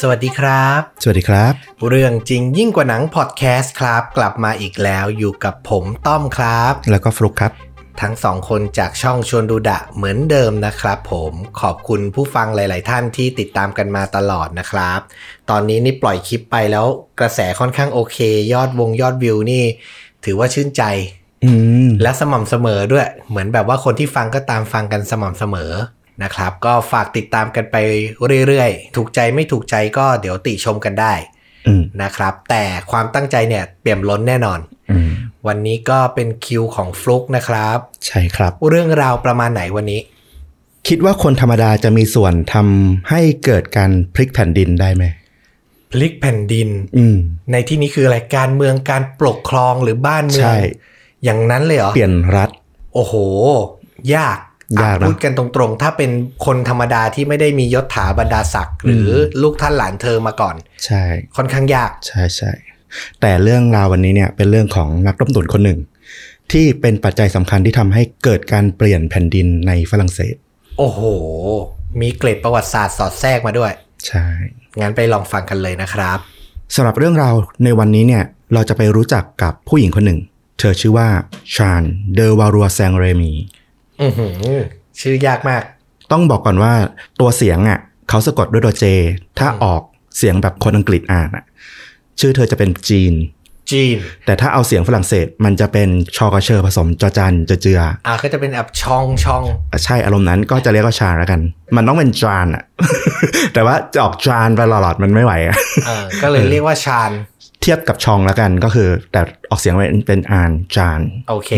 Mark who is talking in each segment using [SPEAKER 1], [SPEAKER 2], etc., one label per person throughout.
[SPEAKER 1] สวัสดีครับ
[SPEAKER 2] สวัสดีครับ
[SPEAKER 1] เรื่องจริงยิ่งกว่าหนังพอดแคสต์ครับ กลับมาอีกแล้วอยู่กับผมต้อมครับ
[SPEAKER 2] แล้วก็ฟลุกครับ
[SPEAKER 1] ทั้งสองคนจากช่องชวนดูดะเหมือนเดิมนะครับผมขอบคุณผู้ฟังหลาย ๆ ท่านที่ติดตามกันมาตลอดนะครับ ตอนนี้นี่ปล่อยคลิปไปแล้วกระแสค่อนข้างโอเค ยอดวงยอดวิวนี่ ถือว่าชื่นใจ
[SPEAKER 2] อืม
[SPEAKER 1] และสม่ำเสมอด้วย เหมือนแบบว่าคนที่ฟังก็ตามฟังกันสม่ำเสมอนะครับ ก็ฝากติดตามกันไปเรื่อย ๆ ถูกใจไม่ถูกใจก็เดี๋ยวติชมกันได้
[SPEAKER 2] อืม
[SPEAKER 1] นะครับ แต่ความตั้งใจเนี่ยเปี่ยมล้นแน่นอน
[SPEAKER 2] อืม
[SPEAKER 1] วันนี้ก็เป็นคิวของฟลุกนะครับ
[SPEAKER 2] ใช่ครับ
[SPEAKER 1] เรื่องราวประมาณไหนวันนี้
[SPEAKER 2] คิดว่าคนธรรมดาจะมีส่วนทำให้เกิดการพลิกแผ่นดินได้ไหม
[SPEAKER 1] พลิกแผ่นดิน
[SPEAKER 2] อืม
[SPEAKER 1] ในที่นี้คืออะไรการเมืองการปกครองหรือบ้านเมือง
[SPEAKER 2] ใช่
[SPEAKER 1] อย่างนั้นเลยเหรอ
[SPEAKER 2] เปลี่ยนรัฐ
[SPEAKER 1] โอ้โห ยาก
[SPEAKER 2] ยากนะ
[SPEAKER 1] อ่ะพูดกันตรงๆ ถ้าเป็นคนธรรมดาที่ไม่ได้มียศถาบรรดาศักดิ์หรืออ
[SPEAKER 2] ม
[SPEAKER 1] ลูกท่านหลานเธอมาก่อน
[SPEAKER 2] ใช่
[SPEAKER 1] ค่อนข้างยาก
[SPEAKER 2] ใช่ใช่ แต่เรื่องราววันนี้เนี่ยเป็นเรื่องของนักต้มตุ๋นคนหนึ่ง ที่เป็นปัจจัยสำคัญที่ทำให้เกิดการเปลี่ยนแผ่นดินในฝรั่งเศส
[SPEAKER 1] โอ้โห มีเกร็ดประวัติศาสตร์สอดแทรกมาด้วย
[SPEAKER 2] ใช่
[SPEAKER 1] งั้นไปลองฟังกันเลยนะครับ
[SPEAKER 2] สำหรับเรื่องราวในวันนี้เนี่ยเราจะไปรู้จักกับผู้หญิงคนหนึ่ง เธอชื่อว่าชานเดอวารัวแซงเรมี
[SPEAKER 1] อือหือ ชื่อยากมาก
[SPEAKER 2] ต้องบอกก่อนว่าตัวเสียงอ่ะเขาสะกดด้วยตัวเจ ถ้าออกเสียงแบบคนอังกฤษอ่านอ่ะชื่อเธอจะเป็นจีน
[SPEAKER 1] จีน
[SPEAKER 2] แต่ถ้าเอาเสียงฝรั่งเศสมันจะเป็นชอกระเชอผสมจอจันจอเจือ
[SPEAKER 1] อ่าก็จะเป็นแบบช่องช่อง
[SPEAKER 2] อ่ะใช่อารมณ์นั้นก็จะเรียกว่าชาแล้วกัน มันต้องเป็นจานอ่ะ แต่ว่าจะออกจานไปหลอดๆมันไม่ไหวอ่ะ
[SPEAKER 1] เออก็เลยเรียกว่าชาน
[SPEAKER 2] เทียบกับชองแล้วกันก็คือ แต่ออกเสียงเป็นเป็นอ่านจาน
[SPEAKER 1] โอเค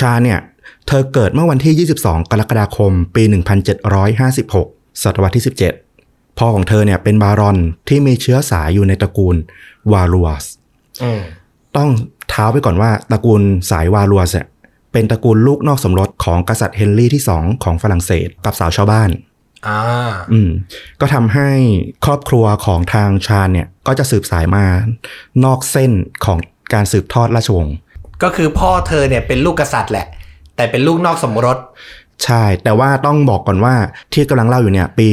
[SPEAKER 2] ชาเนี่ย เธอเกิดเมื่อวันที่ 22 กรกฎาคม ปี 1756 ศตวรรษที่ 17 พ่อของเธอเนี่ยเป็นบารอนที่มีเชื้อสายอยู่ในตระกูลวาลัวส
[SPEAKER 1] อืม
[SPEAKER 2] ต้องเท้าไปก่อนว่าตระกูลสายวาลัวสเนี่ยเป็นตระกูลลูกนอกสมรสของกษัตริย์เฮนรี่ที่ 2 ของฝรั่งเศสกับสาวชาวบ้าน
[SPEAKER 1] อ่า
[SPEAKER 2] อืมก็ทำให้ครอบครัวของทางชาญเนี่ยก็จะสืบสายมานอกเส้นของการสืบทอดราชวงศ์
[SPEAKER 1] ก็คือพ่อเธอเนี่ยเป็นลูกกษัตริย์แหละ แต่เป็นลูกนอกสมรส
[SPEAKER 2] ใช่ แต่ว่าต้องบอกก่อนว่าที่กำลังเล่าอยู่เนี่ยปี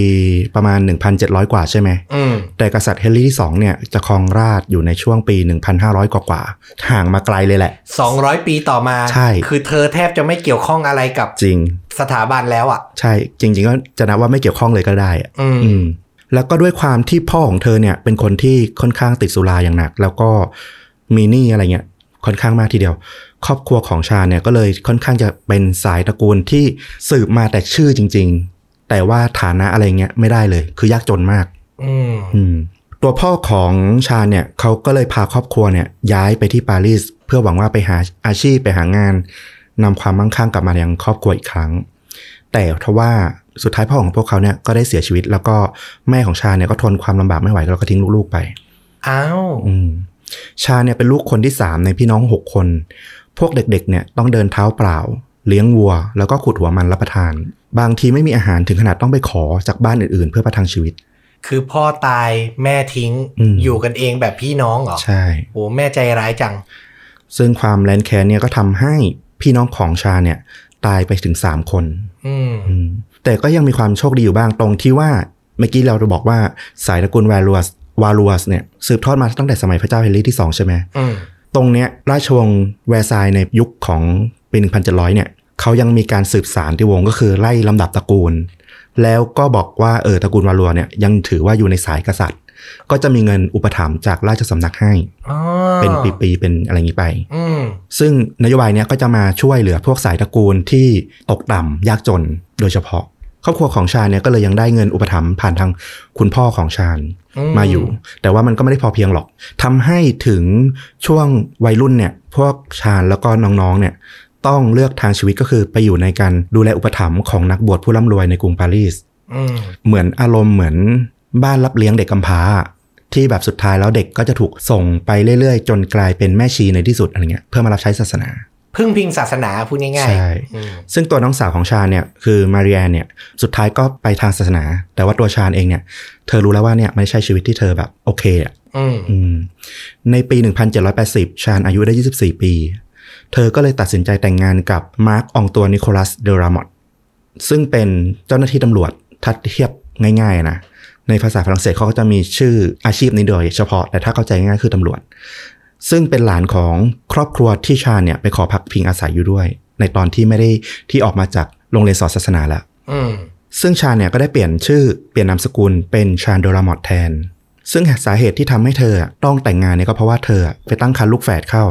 [SPEAKER 2] ประมาณ 1,700 กว่าใช่ไหม
[SPEAKER 1] อืม
[SPEAKER 2] แต่กษัตริย์เฮนรี่ที่2เนี่ยจะครองราชย์อยู่ในช่วงปี 1,500 กว่ากว่าๆห่างมาไกลเลยแหละ
[SPEAKER 1] สองร้อยปีต่อมา
[SPEAKER 2] ใช่
[SPEAKER 1] คือเธอแทบจะไม่เกี่ยวข้องอะไรกับ
[SPEAKER 2] จริง
[SPEAKER 1] สถาบันแล้วอ่ะ
[SPEAKER 2] ใช่ จริง ๆ ก็จะนับว่าไม่เกี่ยวข้องเลยก็ได้อะ
[SPEAKER 1] อืม
[SPEAKER 2] อืม แล้วก็ด้วยความที่พ่อของเธอเนี่ยเป็นคนที่ค่อนข้างติดสุราอย่างหนัก แล้วก็มีหนี้อะไรเงี้ยค่อนข้างมากทีเดียว ครอบครัวของชาญเนี่ยก็เลยค่อนข้างจะเป็นสายตระกูลที่สืบมาแต่ชื่อจริง ๆ แต่ว่าฐานะอะไรเงี้ยไม่ได้เลย คือยากจนมาก
[SPEAKER 1] อืม
[SPEAKER 2] อืมตัวพ่อของชาญเนี่ยเขาก็เลยพาครอบครัวเนี่ยย้ายไปที่ปารีสเพื่อหวังว่าไปหาอาชีพไปหางานนำความมั่งคั่งกลับมายังครอบครัวอีกครั้ง แต่ทว่าสุดท้ายพ่อของพวกเขาเนี่ยก็ได้เสียชีวิต แล้วก็แม่ของชาญเนี่ยก็ทนความลำบากไม่ไหวแล้วก็ทิ้งลูกๆไป
[SPEAKER 1] อ้าว
[SPEAKER 2] อืมชาญเนี่ยเป็นลูกคนที่สามในพี่น้องหกคน พวกเด็กๆเนี่ยต้องเดินเท้าเปล่า เลี้ยงวัว แล้วก็ขุดหัวมันรับประทาน บางทีไม่มีอาหารถึงขนาดต้องไปขอจากบ้านอื่นๆ เพื่อประทังชีวิต
[SPEAKER 1] คือพ่อตายแม่ทิ้ง
[SPEAKER 2] อืม
[SPEAKER 1] อยู่กันเองแบบพี่น้องเหรอ
[SPEAKER 2] ใช่
[SPEAKER 1] โอ้แม่ใจร้ายจัง
[SPEAKER 2] ซึ่งความแรนแค้นเนี่ยก็ทำให้พี่น้องของชาเนี่ยตายไปถึง 3 คน
[SPEAKER 1] อืม
[SPEAKER 2] อืมแต่ก็ยังมีความโชคดีอยู่บ้างตรงที่ว่าเมื่อกี้เราจะบอกว่าสายตระกูลวาลัวสวาลัวสเนี่ยสืบทอดมาตั้งแต่สมัยพระเจ้าเฮนรี่ที่ 2 ใช่ไหม
[SPEAKER 1] อืม
[SPEAKER 2] ตรงเนี้ยราชวงศ์แวร์ซายน์ในยุคของปี 1700 เนี่ยเขายังมีการสืบสารที่วงก็คือไล่ลำดับตระกูล แล้วก็บอกว่าเออตระกูลวาลัวเนี่ยยังถือว่าอยู่ในสายกษัตริย์ ก็จะมีเงินอุปถัมภ์จากราชสำนักให้
[SPEAKER 1] อ๋อ
[SPEAKER 2] เป็นปีๆเป็นอะไรอย่างนี้ไป
[SPEAKER 1] อืม
[SPEAKER 2] ซึ่งนโยบายเนี้ยก็จะมาช่วยเหลือพวกสายตระกูลที่ตกต่ำยากจนโดยเฉพาะ ครอบครัวของชาญเนี่ยก็เลยยังได้เงินอุปถัมภ์ผ่านทางคุณพ่อของชาญ
[SPEAKER 1] อืม
[SPEAKER 2] มาอยู่ แต่ว่ามันก็ไม่ได้พอเพียงหรอกทำให้ถึงช่วงวัยรุ่นเนี่ยพวกชาญแล้วก็น้องๆเนี่ยต้องเลือกทางชีวิตก็คือไปอยู่ในการดูแลอุปถัมภ์ของนักบวชผู้ร่ำรวยในกรุงปารีส
[SPEAKER 1] อืม
[SPEAKER 2] เหมือนอารมณ์เหมือนบ้านรับเลี้ยงเด็กกำพร้า ที่แบบสุดท้ายแล้วเด็กก็จะถูกส่งไปเรื่อยๆ จนกลายเป็นแม่ชีในที่สุดอะไรเงี้ยเพื่อมารับใช้ศาสนา
[SPEAKER 1] พึ่งพิงศาสนาพูดง่าย
[SPEAKER 2] ใช่
[SPEAKER 1] อืม
[SPEAKER 2] ซึ่งตัวน้องสาวของชาญเนี่ยคือมาเรียนเนี่ยสุดท้ายก็ไปทางศาสนา แต่ว่าตัวชาญเองเนี่ยเธอรู้แล้วว่าเนี่ยไม่ใช่ชีวิตที่เธอแบบโอเคอ่ะ
[SPEAKER 1] อืม
[SPEAKER 2] อืมในปี 1780 ชาญอายุได้ 24 ปี เธอก็เลยตัดสินใจแต่งงานกับมาร์คอองตัวนิโคลัสเดลรามอตซึ่งเป็นเจ้าหน้าที่ตำรวจถ้าเทียบง่ายๆนะ ในภาษาฝรั่งเศสเขาก็จะมีชื่ออาชีพนี้โดยเฉพาะแต่ถ้าเข้าใจง่ายคือตำรวจ ซึ่งเป็นหลานของครอบครัวที่ชาญเนี่ยไปขอพักพิงอาศัยอยู่ด้วย ในตอนที่ไม่ได้ที่ออกมาจากโรงเรียนสอนศาสนาแล้ว
[SPEAKER 1] อืม
[SPEAKER 2] ซึ่งชาญเนี่ยก็ได้เปลี่ยนชื่อเปลี่ยนนามสกุลเป็นชาญโดรามอดแทน ซึ่งสาเหตุที่ทำให้เธออะต้องแต่งงานเนี่ยก็เพราะว่าเธออะไปตั้งครรภ์ลูกแฝดเข้า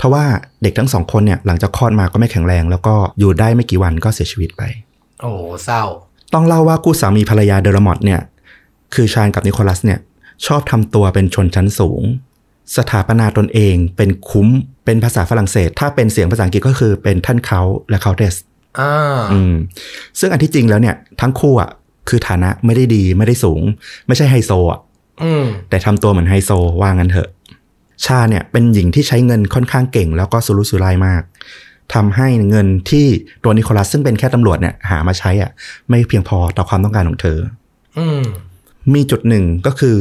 [SPEAKER 2] ทว่าเด็กทั้งสองคนเนี่ยหลังจากคลอดมาก็ไม่แข็งแรง แล้วก็อยู่ได้ไม่กี่วันก็เสียชีวิตไป
[SPEAKER 1] โอ้โหเศร้า
[SPEAKER 2] ต้องเล่าว่าคู่สามีภรรยาเดอรามอดเนี่ยคือชาญกับนิโคลัสเนี่ยชอบทำตัวเป็นชนชั้นสูง สถาปนาตนเองเป็นคุ้มเป็นภาษาฝรั่งเศส ถ้าเป็นเสียงภาษาอังกฤษก็คือเป็นท่านเขาและเขาเดส
[SPEAKER 1] อ่า
[SPEAKER 2] อืมซึ่งอันที่จริงแล้วเนี่ยทั้งคู่อ่ะคือฐานะไม่ได้ดีไม่ได้สูง ไม่ใช่ไฮโซอ่ะ
[SPEAKER 1] อืม
[SPEAKER 2] แต่ทำตัวเหมือนไฮโซว่างั้นเถอะ ชาเนี่ยเป็นหญิงที่ใช้เงินค่อนข้างเก่ง แล้วก็สุรุ่ยสุร่ายมากทำให้เงินที่ตัวนิโคลัสซึ่งเป็นแค่ตำรวจเนี่ยหามาใช้อ่ะไม่เพียงพอต่อความต้องการของเธอ
[SPEAKER 1] อืม
[SPEAKER 2] มีจุดหนึ่งก็คือ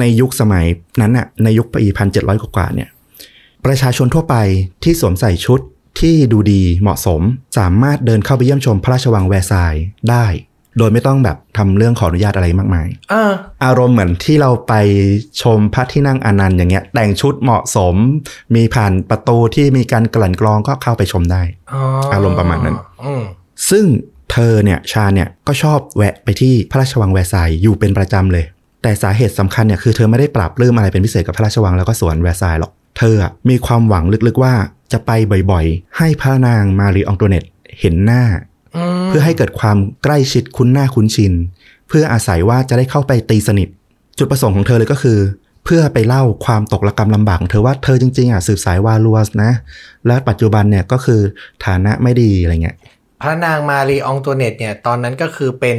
[SPEAKER 2] ในยุคสมัยนั้นน่ะในยุคปีพันเจ็ดร้อยกว่าๆเนี่ยประชาชนทั่วไปที่สวมใส่ชุดที่ดูดีเหมาะสม สามารถเดินเข้าไปเยี่ยมชมพระราชวังแวร์ซายน์ได้ โดยไม่ต้องแบบทำเรื่องขออนุญาตอะไรมากมาย
[SPEAKER 1] อ่า
[SPEAKER 2] อารมณ์เหมือนที่เราไปชมพระที่นั่งอนันต์อย่างเงี้ย แต่งชุดเหมาะสม มีผ่านประตูที่มีการกลั่นกรองก็เข้าไปชมได้ อารมณ์ประมาณนั้น
[SPEAKER 1] อืม
[SPEAKER 2] ซึ่งเธอเนี่ยชาเนี่ยก็ชอบแวะไปที่พระราชวังแวร์ไซายน์อยู่เป็นประจำเลย แต่สาเหตุสำคัญเนี่ยคือเธอไม่ได้ปรับเรื่มอะไรเป็นพิเศษกับพระราชวังแล้วก็สวนแวร์ไซายน์หรอก เธออะมีความหวังลึกๆว่าจะไปบ่อยๆ ให้พระนางมารีอองโตเนตเห็นหน้า
[SPEAKER 1] อืม
[SPEAKER 2] เพื่อให้เกิดความใกล้ชิดคุ้นหน้าคุ้นชิน เพื่ออาศัยว่าจะได้เข้าไปตีสนิท จุดประสงค์ของเธอเลยก็คือ เพื่อไปเล่าความตกระกรรมลำบากของเธอว่าเธอจริงๆอ่ะสืบสายวาลัวสนะ และปัจจุบันเนี่ยก็คือฐานะไม่ดีอะไรเงี้ย
[SPEAKER 1] พระนางมารีอองตัวเนตเนี่ย ตอนนั้นก็คือเป็น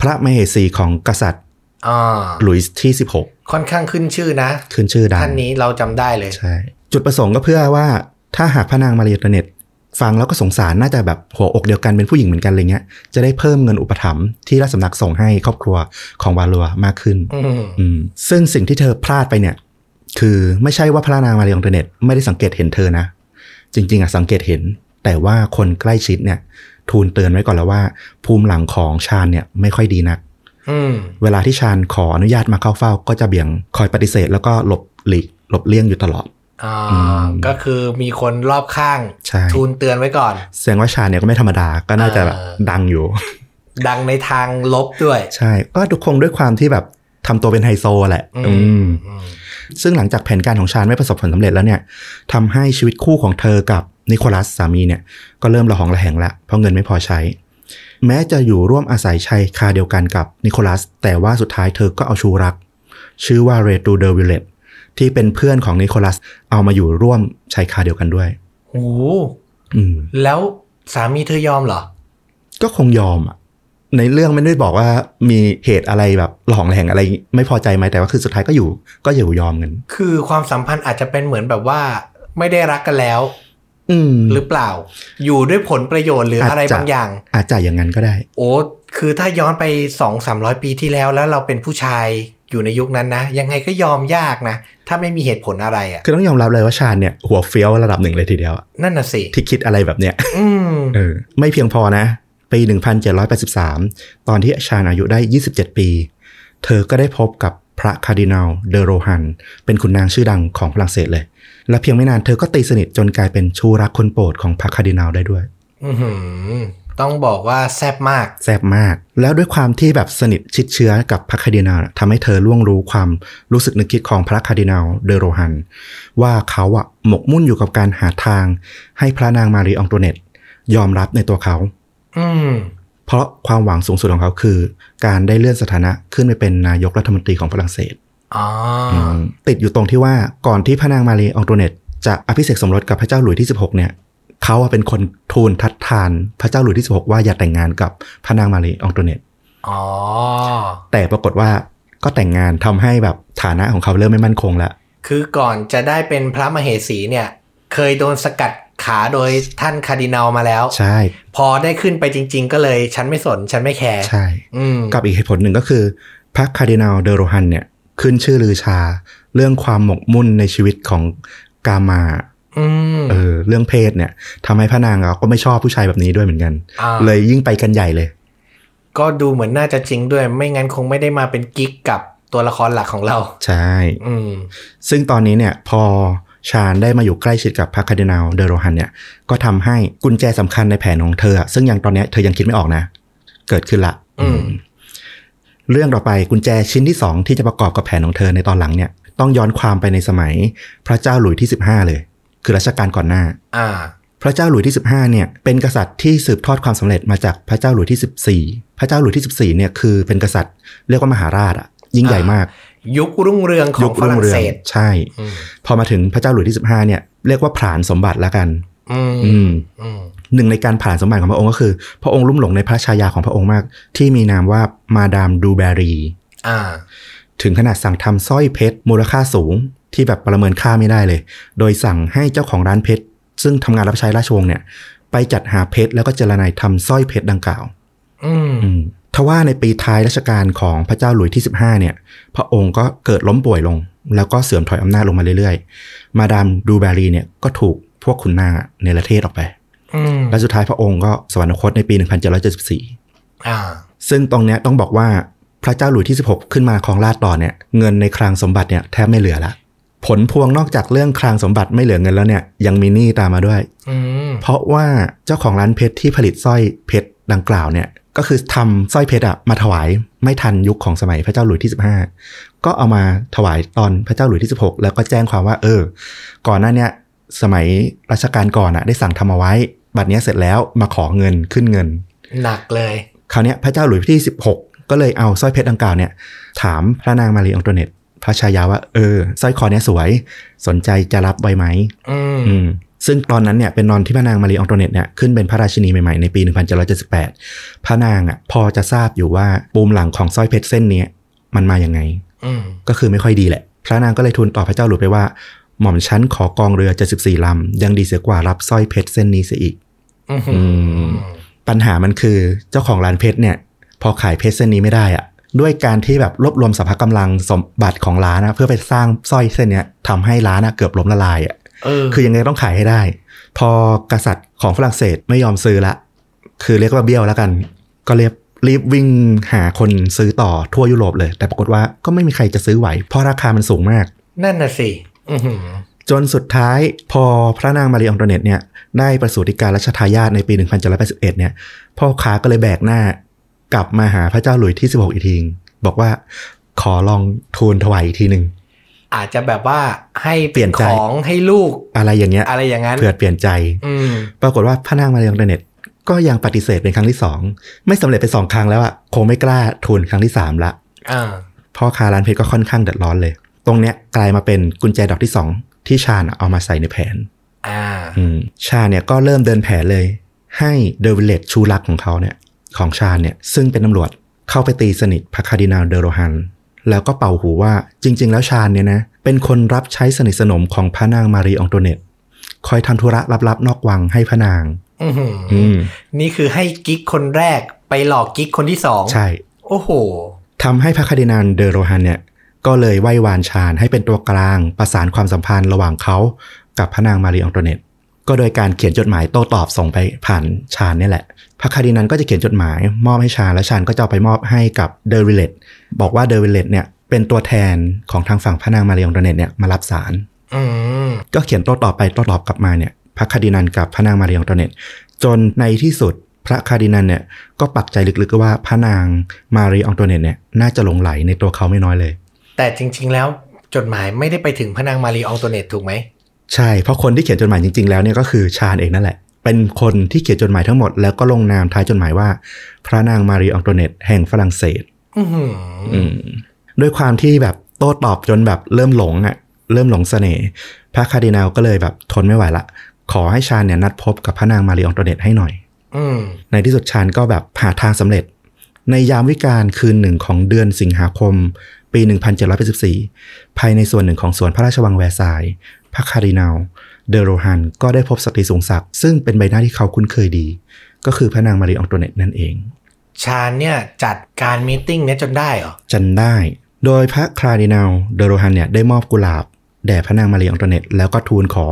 [SPEAKER 2] พระมเหสีของกษัตริย์
[SPEAKER 1] อ่า
[SPEAKER 2] หลุยส์ที่
[SPEAKER 1] ค่อนข้างขึ้นชื่อนะ
[SPEAKER 2] 16 ขึ้นชื่อดัง
[SPEAKER 1] ท่านนี้เราจำได้เลย
[SPEAKER 2] ใช่จุดประสงค์ก็เพื่อว่าถ้าหากพระนางมารีอันเนตฟังแล้วก็สงสารน่าจะแบบหัวอกเดียวกันเป็นผู้หญิงเหมือนกันอะไรเงี้ยจะได้เพิ่มเงินอุปถัมภ์ที่ราชสำนักส่งให้ครอบครัวของวาลัวมากขึ้น
[SPEAKER 1] อืม
[SPEAKER 2] อืมซึ่งสิ่งที่เธอพลาดไปเนี่ย คือไม่ใช่ว่าพระนางมารีอันเนตไม่ได้สังเกตเห็นเธอนะ จริง ๆอ่ะสังเกตเห็น แต่ว่าคนใกล้ชิดเนี่ยทูลเตือนไว้ก่อนแล้วว่า ภูมิหลังของชาญเนี่ยไม่ค่อยดีนัก
[SPEAKER 1] อืม
[SPEAKER 2] เวลาที่ชาญขออนุญาตมาเข้าเฝ้าก็จะเบี่ยงคอยปฏิเสธ แล้วก็หลบหลีกหลบเลี่ยงอยู่ตลอด
[SPEAKER 1] อ่า
[SPEAKER 2] อืม
[SPEAKER 1] ก็คือมีคนรอบข้าง
[SPEAKER 2] ใช่
[SPEAKER 1] ทูลเตือนไว้ก่อน
[SPEAKER 2] แสดงว่าชาญเนี่ยก็ไม่ธรรมดาก็น่าจะแบบ
[SPEAKER 1] เออ
[SPEAKER 2] ดังอยู่
[SPEAKER 1] ดังในทางลบด้วย
[SPEAKER 2] ใช่ ก็ทุกคงด้วยความที่แบบทำตัวเป็นไฮโซแหละ
[SPEAKER 1] อื
[SPEAKER 2] อื
[SPEAKER 1] ม
[SPEAKER 2] ม
[SPEAKER 1] อืม
[SPEAKER 2] ซึ่งหลังจากแผนการของชาญไม่ประสบผลสำเร็จแล้วเนี่ยทำให้ชีวิตคู่ของเธอกับนิโคลัสสามีเนี่ยก็เริ่มระหองระแหงละเพราะเงินไม่พอใช้ แม้จะอยู่ร่วมอาศัยชายคาเดียวกันกับนิโคลัส แต่ว่าสุดท้ายเธอก็เอาชูรัก ชื่อว่าเรตูเดอร์วิลเลตที่เป็นเพื่อนของนิโคลัสเอามาอยู่ร่วมชายคาเดียวกันด้วย
[SPEAKER 1] โอ้โห
[SPEAKER 2] อืม
[SPEAKER 1] แล้วสามีเธอยอมเหรอ
[SPEAKER 2] ก็คงยอมอะในเรื่องไม่ได้บอกว่ามีเหตุอะไรแบบหลองแหลงอะไรไม่พอใจไหมแต่ว่าคือสุดท้ายก็อยู่ก็อยู่ยอมกัน
[SPEAKER 1] คือความสัมพันธ์อาจจะเป็นเหมือนแบบว่า ไม่ได้รักกันแล้ว
[SPEAKER 2] อืม
[SPEAKER 1] หรือเปล่า อยู่ด้วยผลประโยชน์หรืออะไร
[SPEAKER 2] อาจจะ
[SPEAKER 1] บางอย่าง
[SPEAKER 2] อาจจะอย่างนั้นก็ได้
[SPEAKER 1] โอ้คือถ้าย้อนไปสองสามร้อยปีที่แล้วแล้วเราเป็นผู้ชายอยู่ในยุคนั้นนะ ยังไงก็ยอมยากนะ ถ้าไม่มีเหตุผลอะไรอะ่ะ
[SPEAKER 2] คือต้องยอมรับเลยว่าชาญเนี่ยหัวเฟี้ยวระดับหนึ่งเลยทีเดียวอะ
[SPEAKER 1] นั่นน่ะสิ
[SPEAKER 2] ที่คิดอะไรแบบเนี้ย
[SPEAKER 1] อืม
[SPEAKER 2] เออ ไม่เพียงพอนะ ปี 1783 ตอนที่ชาญอายุได้ 27 ปี เธอก็ได้พบกับพระคาร์ดินัลเดโรฮัน เป็นขุนนางชื่อดังของฝรั่งเศสเลย และเพียงไม่นานเธอก็ตีสนิทจนกลายเป็นชูรักคนโปรดของพระคาร์ดินัลได้ด้วย
[SPEAKER 1] อื้อหือ ต้องบอกว่าแซ่บมาก
[SPEAKER 2] แซ่บมาก แล้วด้วยความที่แบบสนิทชิดเชื้อกับพระคาร์ดินัลน่ะทำให้เธอล่วงรู้ความรู้สึกนึกคิดของพระคาร์ดินัลเดอโรฮัน ว่าเขาอะหมกมุ่นอยู่กับการหาทาง ให้พระนางมารีอองโตเนตยอมรับในตัวเขา
[SPEAKER 1] อืม
[SPEAKER 2] เพราะความหวังสูงสุดของเขาคือ การได้เลื่อนสถานะขึ้นไปเป็นนายกรัฐมนตรีของฝรั่งเศส
[SPEAKER 1] อ๋ออ
[SPEAKER 2] มติดอยู่ตรงที่ว่าก่อนที่พระนางมารีอองโตเนตจะอภิเษกสมรสกับพระเจ้าหลุยส์ที่ 16 เนี่ยเขาอะเป็นคนทูลทัดทาน พระเจ้าหลุยส์ที่ 16 ว่าอย่าแต่งงานกับพระนางมารีอองโตเนต
[SPEAKER 1] อ๋อ
[SPEAKER 2] แต่ปรากฏว่าก็แต่งงานทำให้แบบฐานะของเขาเริ่มไม่มั่นคงละ
[SPEAKER 1] คือก่อนจะได้เป็นพระมเหสีเนี่ย เคยโดนสกัดขาโดยท่านคาร์ดินัลมาแล้ว
[SPEAKER 2] ใช่
[SPEAKER 1] พอได้ขึ้นไปจริง ๆ ก็เลย ฉันไม่สน ฉันไม่แคร์
[SPEAKER 2] ใช่
[SPEAKER 1] อืม
[SPEAKER 2] กับอีกเหตุผลหนึ่งก็คือพระคาร์ดินัลเดอโรฮันเนี่ยขึ้นชื่อลือชา เรื่องความหมกมุ่นในชีวิตของกามา
[SPEAKER 1] อืม
[SPEAKER 2] เออเรื่องเพศเนี่ยทำให้พระนางเราก็ไม่ชอบผู้ชายแบบนี้ด้วยเหมือนกัน
[SPEAKER 1] อ่า
[SPEAKER 2] เลยยิ่งไปกันใหญ่เลย
[SPEAKER 1] ก็ดูเหมือนน่าจะจริงด้วย ไม่งั้นคงไม่ได้มาเป็นกิ๊กกับตัวละครหลักของเรา
[SPEAKER 2] ใช่
[SPEAKER 1] อืม
[SPEAKER 2] ซึ่งตอนนี้เนี่ยพอชาญได้มาอยู่ใกล้ชิดกับพระคาร์ดินาลเดอโรฮันเนี่ยก็ทำให้กุญแจสำคัญในแผนของเธออะซึ่งยังตอนเนี้ยเธอยังคิดไม่ออกนะ เกิดขึ้นละ
[SPEAKER 1] อืม
[SPEAKER 2] เรื่องต่อไปกุญแจชิ้นที่ 2 ที่จะประกอบกับแผนของเธอในตอนหลังเนี่ย ต้องย้อนความไปในสมัยพระเจ้าหลุยที่ 15 เลย คือรัชกาลก่อนหน้า
[SPEAKER 1] อ่า
[SPEAKER 2] พระเจ้าหลุยที่ 15เนี่ยเป็นกษัตริย์ที่สืบทอดความสำเร็จมาจากพระเจ้าหลุยที่ 14 พระเจ้าหลุยที่ 14เนี่ยคือเป็นกษัตริย์เรียกว่ามหาราชอะยิ่งใหญ่มาก
[SPEAKER 1] ยุครุ่งเรืองของฝรั่งเศส
[SPEAKER 2] ใช่
[SPEAKER 1] อืม
[SPEAKER 2] พอมาถึงพระเจ้าหลุยส์ที่ 15 เนี่ยเรียกว่าผลานสมบัติแล้วกัน
[SPEAKER 1] อืม
[SPEAKER 2] อืม
[SPEAKER 1] อืม
[SPEAKER 2] หนึ่งในการผลานสมบัติของพระองค์ก็คือ พระองค์ลุ่มหลงในพระชายาของพระองค์มาก ที่มีนามว่ามาดามดูแบรี
[SPEAKER 1] อ่า
[SPEAKER 2] ถึงขนาดสั่งทำสร้อยเพชรมูลค่าสูง ที่แบบประเมินค่าไม่ได้เลย โดยสั่งให้เจ้าของร้านเพชร ซึ่งทำงานรับใช้ราชวงศ์เนี่ย ไปจัดหาเพชรแล้วก็เจรนายทำสร้อยเพชรดังกล่าว
[SPEAKER 1] อืม
[SPEAKER 2] อืมทว่าในปีท้ายรัชกาลของพระเจ้าหลุยส์ที่ 15 เนี่ย พระองค์ก็เกิดล้มป่วยลง แล้วก็เสื่อมถอยอำนาจลงมาเรื่อยๆ มาดามดูแบรีเนี่ยก็ถูกพวกขุนนางอะเนรเทศออกไป
[SPEAKER 1] อืม
[SPEAKER 2] และสุดท้ายพระองค์ก็สวรรคตในปี 1774
[SPEAKER 1] อ่า
[SPEAKER 2] ซึ่งตรงเนี้ยต้องบอกว่าพระเจ้าหลุยส์ที่ 16 ขึ้นมาครองราชย์ต่อเนี่ยเงินในคลังสมบัติเนี่ยแทบไม่เหลือละ ผลพวงนอกจากเรื่องคลังสมบัติไม่เหลือเงินแล้วเนี่ยยังมีหนี้ตามมาด้วย
[SPEAKER 1] อืม
[SPEAKER 2] เพราะว่าเจ้าของร้านเพชรที่ผลิตสร้อยเพชรดังกล่าวเนี่ยก็คือทำสร้อยเพชรอะมาถวายไม่ทันยุคของสมัยพระเจ้าหลุยส์ที่ 15 ก็เอามาถวายตอนพระเจ้าหลุยส์ที่ 16 แล้วก็แจ้งความว่าเออ ก่อนหน้าเนี้ยสมัยรัชกาลก่อนอะได้สั่งทำเอาไว้ บัดเนี้ยเสร็จแล้วมาขอเงินขึ้นเงิน
[SPEAKER 1] หนักเลย
[SPEAKER 2] คราวเนี้ยพระเจ้าหลุยส์ที่ 16 ก็เลยเอาสร้อยเพชรดังกล่าวเนี่ยถามพระนางมารีองโตเนตพระชายาว่าเออสร้อยคอเนี้ยสวย สนใจจะรับไว้ไหม
[SPEAKER 1] อืม
[SPEAKER 2] อืมซึ่งตอนนั้นเนี่ยเป็นนอนที่พระนางมารีอองโตเนตเนี่ยขึ้นเป็นพระราชินีใหม่ ๆ ในปี 1778 พระนางอ่ะพอจะทราบอยู่ว่าปูมหลังของสร้อยเพชรเส้นเนี้ยมันมาอย่างไง
[SPEAKER 1] อืม
[SPEAKER 2] ก็คือไม่ค่อยดีแหละ พระนางก็เลยทูลต่อพระเจ้าหลุยส์ไปว่า หม่อมชั้นขอกองเรือ 74 ลำ ยังดีเสียกว่ารับสร้อยเพชรเส้นนี้เสียอีก
[SPEAKER 1] อืม
[SPEAKER 2] อืม ปัญหามันคือเจ้าของร้านเพชรเนี่ย พอขายเพชรเส้นนี้ไม่ได้อ่ะด้วยการที่แบบรวบรวมสรรพกำลังสมบัติของร้านนะเพื่อไปสร้างสร้อยเส้นเนี้ยทำให้ร้านอะเกือบล้มละลายอ่ะ
[SPEAKER 1] เออ
[SPEAKER 2] คือยังไงต้องขายให้ได้ พอกษัตริย์ของฝรั่งเศสไม่ยอมซื้อละ คือเรียกว่าเบี้ยวแล้วกัน ก็เรียบรีบวิ่งหาคนซื้อต่อทั่วยุโรปเลย แต่ปรากฏว่าก็ไม่มีใครจะซื้อไหว เพราะราคามันสูงมาก
[SPEAKER 1] นั่นน่ะสิอืม
[SPEAKER 2] จนสุดท้ายพอพระนางมารีอองโตเนตเนี่ยได้ประสูติการรัชทายาทในปี 1781 เนี่ย พ่อค้าก็เลยแบกหน้ากลับมาหาพระเจ้าหลุยส์ที่ 16 อีกทีบอกว่าขอลองทูลถวายอีกทีหนึ่ง
[SPEAKER 1] อาจจะแบบว่าให้
[SPEAKER 2] เปลี่ยนใจ
[SPEAKER 1] ของให้ลูก
[SPEAKER 2] อะไรอย่างเงี้ย
[SPEAKER 1] อะไรอย่างนั้น
[SPEAKER 2] เผื่อเปลี่ยนใจ
[SPEAKER 1] อืม
[SPEAKER 2] ปรากฏว่าพระนางมาเรียงเดเน็ตก็ยังปฏิเสธเป็นครั้งที่สองไม่สำเร็จไปสองครั้งแล้วอะคงไม่กล้าทูลครั้งที่สามละ
[SPEAKER 1] อ่า
[SPEAKER 2] พ่อค้าร้านเพชรก็ค่อนข้างเดือดร้อนเลย ตรงเนี้ยกลายมาเป็นกุญแจดอกที่สองที่ชาญเอามาใส่ในแผน
[SPEAKER 1] อ่า
[SPEAKER 2] อืมชาญเนี่ยก็เริ่มเดินแผนเลย ให้เดวิลเลตชูรักของเขาเนี่ยของชาญเนี่ยซึ่งเป็นตำรวจเข้าไปตีสนิทพระคาร์ดินาลเดอโรฮัน แล้วก็เป่าหูว่าจริง ๆ แล้วชาญเนี่ยนะเป็นคนรับใช้สนิทสนมของพระนางมารีอองโตเนตคอยทำธุระลับๆนอกวังให้พระนาง
[SPEAKER 1] อือหือ
[SPEAKER 2] อืม
[SPEAKER 1] นี่คือให้กิ๊กคนแรกไปหลอกกิ๊กคนที่สอง
[SPEAKER 2] ใช่
[SPEAKER 1] โอ้โห
[SPEAKER 2] ทำให้พระคาร์ดินัลเดอโรฮันเนี่ย ก็เลยไหว้วานชาญให้เป็นตัวกลางประสานความสัมพันธ์ระหว่างเขากับพระนางมารีอองโตเนตก็โดยการเขียนจดหมายโต้ตอบส่งไปผ่านชาญเนี่ยแหละ พระคาร์ดินัลก็จะเขียนจดหมาย มอบให้ชาญและชาญก็จะเอาไปมอบให้กับเดอวิลเลตบอกว่าเดอวิลเลตเนี่ยเป็นตัวแทนของทางฝั่งพระนางมารีอองโตเนตเนี่ยมารับสาร
[SPEAKER 1] อืม
[SPEAKER 2] ก็เขียนโต้ตอบไปโต้ตอบกลับมาเนี่ยพระคาร์ดินันกับพระนางมารีองโตเนตจนในที่สุดพระคาร์ดินันเนี่ยก็ปักใจลึกๆว่าพระนางมารีองโตเนตเนี่ยน่าจะหลงไหลในตัวเขาไม่น้อยเลย
[SPEAKER 1] แต่จริง ๆ แล้วจดหมายไม่ได้ไปถึงพระนางมารีอองโตเนตถูกไหม
[SPEAKER 2] ใช่เพราะคนที่เขียนจดหมายจริงๆแล้วเนี่ยก็คือชาญเองนั่นแหละ เป็นคนที่เขียนจดหมายทั้งหมดแล้วก็ลงนามท้ายจดหมายว่า พระนางมารีองโตเนตแห่งฝรั่งเศส
[SPEAKER 1] อือหือ
[SPEAKER 2] อืมด้วยความที่แบบโต้ตอบจนแบบเริ่มหลงอะ่ะเริ่มหลงเสน่ห์พระคาร์ดินาลก็เลยแบบทนไม่ไหวละ ขอให้ชาญเนี่ยนัดพบกับพระนางมารีอองโตเนตให้หน่อย
[SPEAKER 1] อืม
[SPEAKER 2] ในที่สุดชาญก็แบบหาทางสำเร็จ ในยามวิการคืนหนึ่งของเดือนสิงหาคม ปี 1784 ภายในส่วนหนึ่งของสวนพระราชวังแวร์ซายน์พระคารินาลเดอโรฮันก็ได้พบสตรีสูงศักดิ์ซึ่งเป็นใบหน้าที่เขาคุ้นเคยดี ก็คือพระนางมารีอองโตเนตนั่นเอง
[SPEAKER 1] ชาญเนี่ยจัดการมีตติ้งเนี้ยจนได้เหรอ
[SPEAKER 2] จนได้ โดยพระคาร์ดินัลเดอโรฮันเนี่ยได้มอบกุหลาบ แด่พระนางมารีอองโตเนตแล้วก็ทูลขอ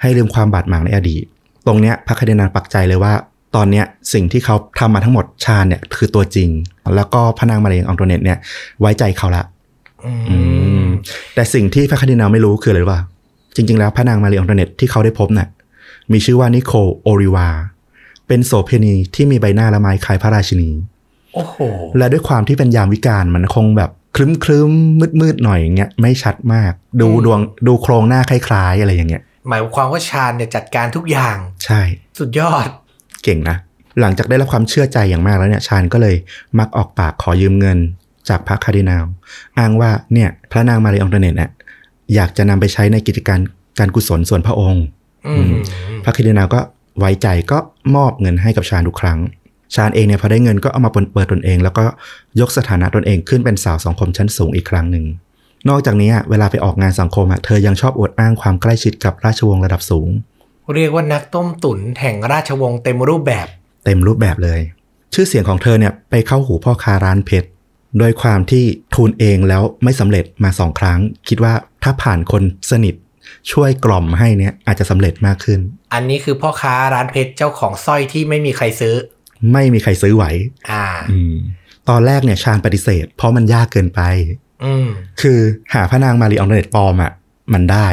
[SPEAKER 2] ให้ลืมความบาดหมางในอดีต ตรงเนี้ยพระคาร์ดินัลปักใจเลยว่า ตอนเนี้ยสิ่งที่เขาทำมาทั้งหมดชาญเนี่ยคือตัวจริง แล้วก็พระนางมาเรียงอองโตเนตเนี่ยไว้ใจเขาละ
[SPEAKER 1] อืม
[SPEAKER 2] อืมแต่สิ่งที่พระคาร์ดินาลไม่รู้คืออะไรรู้ป่ะจริง ๆ แล้วพระนางมารีอองโตเนตที่เขาได้พบน่ะมีชื่อว่านิโคลโอริวา เป็นโสเภณีที่มีใบหน้าละไมคล้ายพระราชินี
[SPEAKER 1] โอ้โห
[SPEAKER 2] และด้วยความที่เป็นยามวิการมันคงแบบครึ้มครึ้มมืดมืดๆหน่อยอย่างเงี้ยไม่ชัดมาก ดู
[SPEAKER 1] อืม
[SPEAKER 2] ดวงดูโครงหน้าคล้าย ๆ อะไรอย่างเงี้ย
[SPEAKER 1] หมายความว่าชาญเนี่ยจัดการทุกอย่าง
[SPEAKER 2] ใช่
[SPEAKER 1] สุดยอด
[SPEAKER 2] เก่งนะ หลังจากได้รับความเชื่อใจอย่างมากแล้วเนี่ยชาญก็เลยมักออกปากขอยืมเงินจากพระคาร์ดินาลอ้างว่าเนี่ยพระนางมารีอองโตเนตเนี่ยอยากจะนำไปใช้ในกิจการการกุศลส่วนพระองค์
[SPEAKER 1] อืม
[SPEAKER 2] พระครินาก็ไว้ใจก็มอบเงินให้กับชาญทุกครั้ง ชาญเองเนี่ยพอได้เงินก็เอามาเปิดตนเอง แล้วก็ยกสถานะตนเองขึ้นเป็นสาวสังคมชั้นสูงอีกครั้งหนึ่ง นอกจากนี้อะเวลาไปออกงานสังคมอะเธอยังชอบอวดอ้างความใกล้ชิดกับราชวงศ์ระดับสูง
[SPEAKER 1] เรียกว่านักต้มตุ๋นแห่งราชวงศ์เต็มรูปแบบ
[SPEAKER 2] เต็มรูปแบบเลย ชื่อเสียงของเธอเนี่ยไปเข้าหูพ่อค้าร้านเพชรโดยความที่ทูลเองแล้วไม่สำเร็จมาสองครั้ง คิดว่าถ้าผ่านคนสนิทช่วยกล่อมให้เนี่ยอาจจะสำเร็จมากขึ้น
[SPEAKER 1] อันนี้คือพ่อค้าร้านเพชรเจ้าของสร้อยที่ไม่มีใครซื้อ
[SPEAKER 2] ไม่มีใครซื้อไหว
[SPEAKER 1] อ่า
[SPEAKER 2] ตอนแรกเนี่ยชาญปฏิเสธ เพราะมันยากเกินไป
[SPEAKER 1] อืม
[SPEAKER 2] คือหาพระนางมารีอองเดเนตปลอมอะ่ะมันได้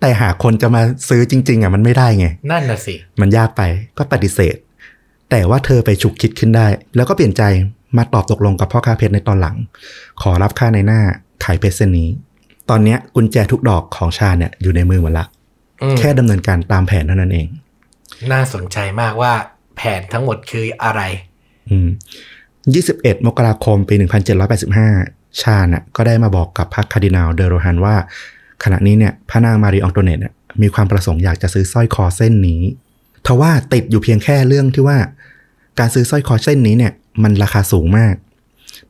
[SPEAKER 2] แต่หาคนจะมาซื้อจริง ๆอะ่ะมันไม่ได้ไง
[SPEAKER 1] นั่นน่ะสิ
[SPEAKER 2] มันยากไปก็ปฏิเสธ แต่ว่าเธอไปฉุกคิดขึ้นได้ แล้วก็เปลี่ยนใจมาตอบตกลงกับพ่อค้าเพชรในตอนหลัง ขอรับค่าในหน้าขายเพชรเส้นนี้ ตอนเนี้ยกุญแจทุกดอกของชาญเนี่ยอยู่ในมือหมดละ
[SPEAKER 1] อืม
[SPEAKER 2] แค่ดำเนินการตามแผนเท่านั้นเอง
[SPEAKER 1] น่าสนใจมากว่าแผนทั้งหมดคืออะไร
[SPEAKER 2] อืม21 มกราคม ปี 1785 ชาญน่ะก็ได้มาบอกกับพระคาร์ดินาลเดอโรฮันว่า ขณะนี้เนี่ยพระนางมารีอองโตเนตเนี่ยมีความประสงค์อยากจะซื้อสร้อยคอเส้นนี้ทว่าติดอยู่เพียงแค่เรื่องที่ว่า การซื้อสร้อยคอเส้นนี้เนี่ยมันราคาสูงมาก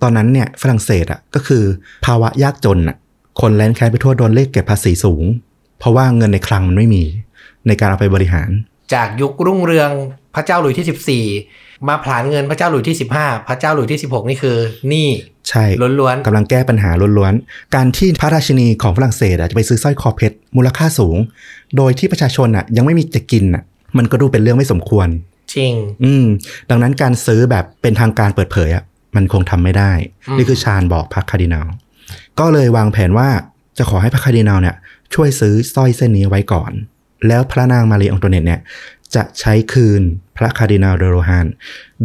[SPEAKER 2] ตอนนั้นเนี่ยฝรั่งเศสอ่ะก็คือภาวะยากจนอ่ะคนแลนแค้นไปทั่วโดนเลขเก็บภาษีสูง เพราะว่าเงินในคลังมันไม่มี ในการเอาไปบริหาร
[SPEAKER 1] จากยุครุ่งเรืองพระเจ้าหลุยที่ 14 มาผลาญเงินพระเจ้าหลุยที่ 15 พระเจ้าหลุยที่ 16 นี่คือหนี้
[SPEAKER 2] ใช่
[SPEAKER 1] ล้วน
[SPEAKER 2] กำลังแก้ปัญหาล้วนๆ การที่พระราชินีของฝรั่งเศสอะจะไปซื้อสร้อยคอเพชรมูลค่าสูง โดยที่ประชาชนอะยังไม่มีจะกินอะมันก็ดูเป็นเรื่องไม่สมควร
[SPEAKER 1] ๆ จริง
[SPEAKER 2] อืม ดังนั้นการซื้อแบบเป็นทางการเปิดเผยอะมันคงทำไม่ได้
[SPEAKER 1] อืม
[SPEAKER 2] นี่คือชาญบอกพระคาร์ดินาลก็เลยวางแผนว่าจะขอให้พระคาร์ดินาลเนี่ยช่วยซื้อสร้อยเส้นนี้ไว้ก่อน แล้วพระนางมารีอองโตเนตเนี่ยจะใช้คืนพระคาร์ดินาลเดโรฮาน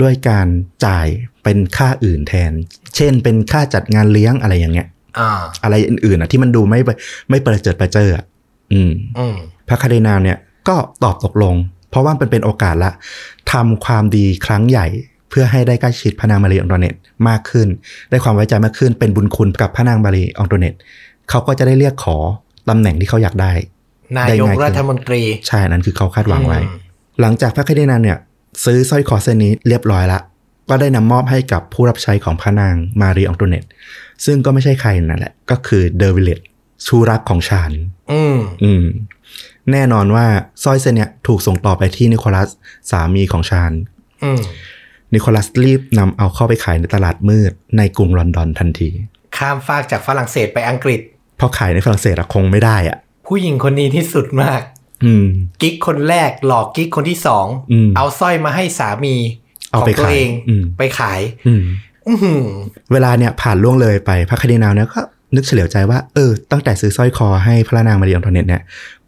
[SPEAKER 2] ด้วยการจ่ายเป็นค่าอื่นแทน เช่นเป็นค่าจัดงานเลี้ยงอะไรอย่างเงี้ย
[SPEAKER 1] อ่า
[SPEAKER 2] อะไรอื่นๆนะที่มันดูไม่ไปไม่ประเจิดประเจออะอืม
[SPEAKER 1] อืม
[SPEAKER 2] พระคาเดนาลเนี่ยก็ตอบตกลง เพราะว่ามันเป็นโอกาสละทำความดีครั้งใหญ่ เพื่อให้ได้ใกล้ชิดพระนางมารีอองโตเนตมากขึ้น ได้ความไว้ใจมากขึ้นเป็นบุญคุณกับพระนางมารีอองโตเนตเขาก็จะได้เรียกขอตำแหน่งที่เขาอยากได้
[SPEAKER 1] นายกรัฐมนตรี
[SPEAKER 2] ใช่อันนั้นคือเขาคาดหวังไว้
[SPEAKER 1] อืม
[SPEAKER 2] หลังจากพระคาเดนาลเนี่ยซื้อสร้อยคอเส้นนี้เรียบร้อยละ ก็ได้นำมอบให้กับผู้รับใช้ของพระนางมารีอองโตเนตซึ่งก็ไม่ใช่ใครนั่นแหละก็คือเดอร์วิลเลตชูรักของชาน
[SPEAKER 1] อืม
[SPEAKER 2] อืมแน่นอนว่าสร้อยเส้นเนี่ยถูกส่งต่อไปที่นิโคลัสสามีของชาญ
[SPEAKER 1] อืม
[SPEAKER 2] นิโคลัสรีบนำเอาเข้าไปขายในตลาดมืดในกรุงลอนดอนทันที
[SPEAKER 1] ข้ามฟากจากฝรั่งเศสไปอังกฤษ
[SPEAKER 2] เพอขายในฝรั่งเศสอะคงไม่ได้อะ
[SPEAKER 1] ผู้หญิงคนนี้ที่สุดมาก
[SPEAKER 2] อืม
[SPEAKER 1] กิ๊กคนแรกหลอกกิ๊กคนที่สอง
[SPEAKER 2] อืม
[SPEAKER 1] เอาสร้อยมาให้สามี
[SPEAKER 2] เอา
[SPEAKER 1] ของ
[SPEAKER 2] ไป
[SPEAKER 1] ตัว
[SPEAKER 2] ขาย
[SPEAKER 1] เอง
[SPEAKER 2] อืม
[SPEAKER 1] ไปขาย
[SPEAKER 2] อืม
[SPEAKER 1] อื้อหือ
[SPEAKER 2] เวลาเนี่ยผ่านล่วงเลยไปพระคดีนาวเนี่ยก็นึกเฉลียวใจว่าเออตั้งแต่ซื้อสร้อยคอให้พระนางมารีอองโทเนตเนี่ย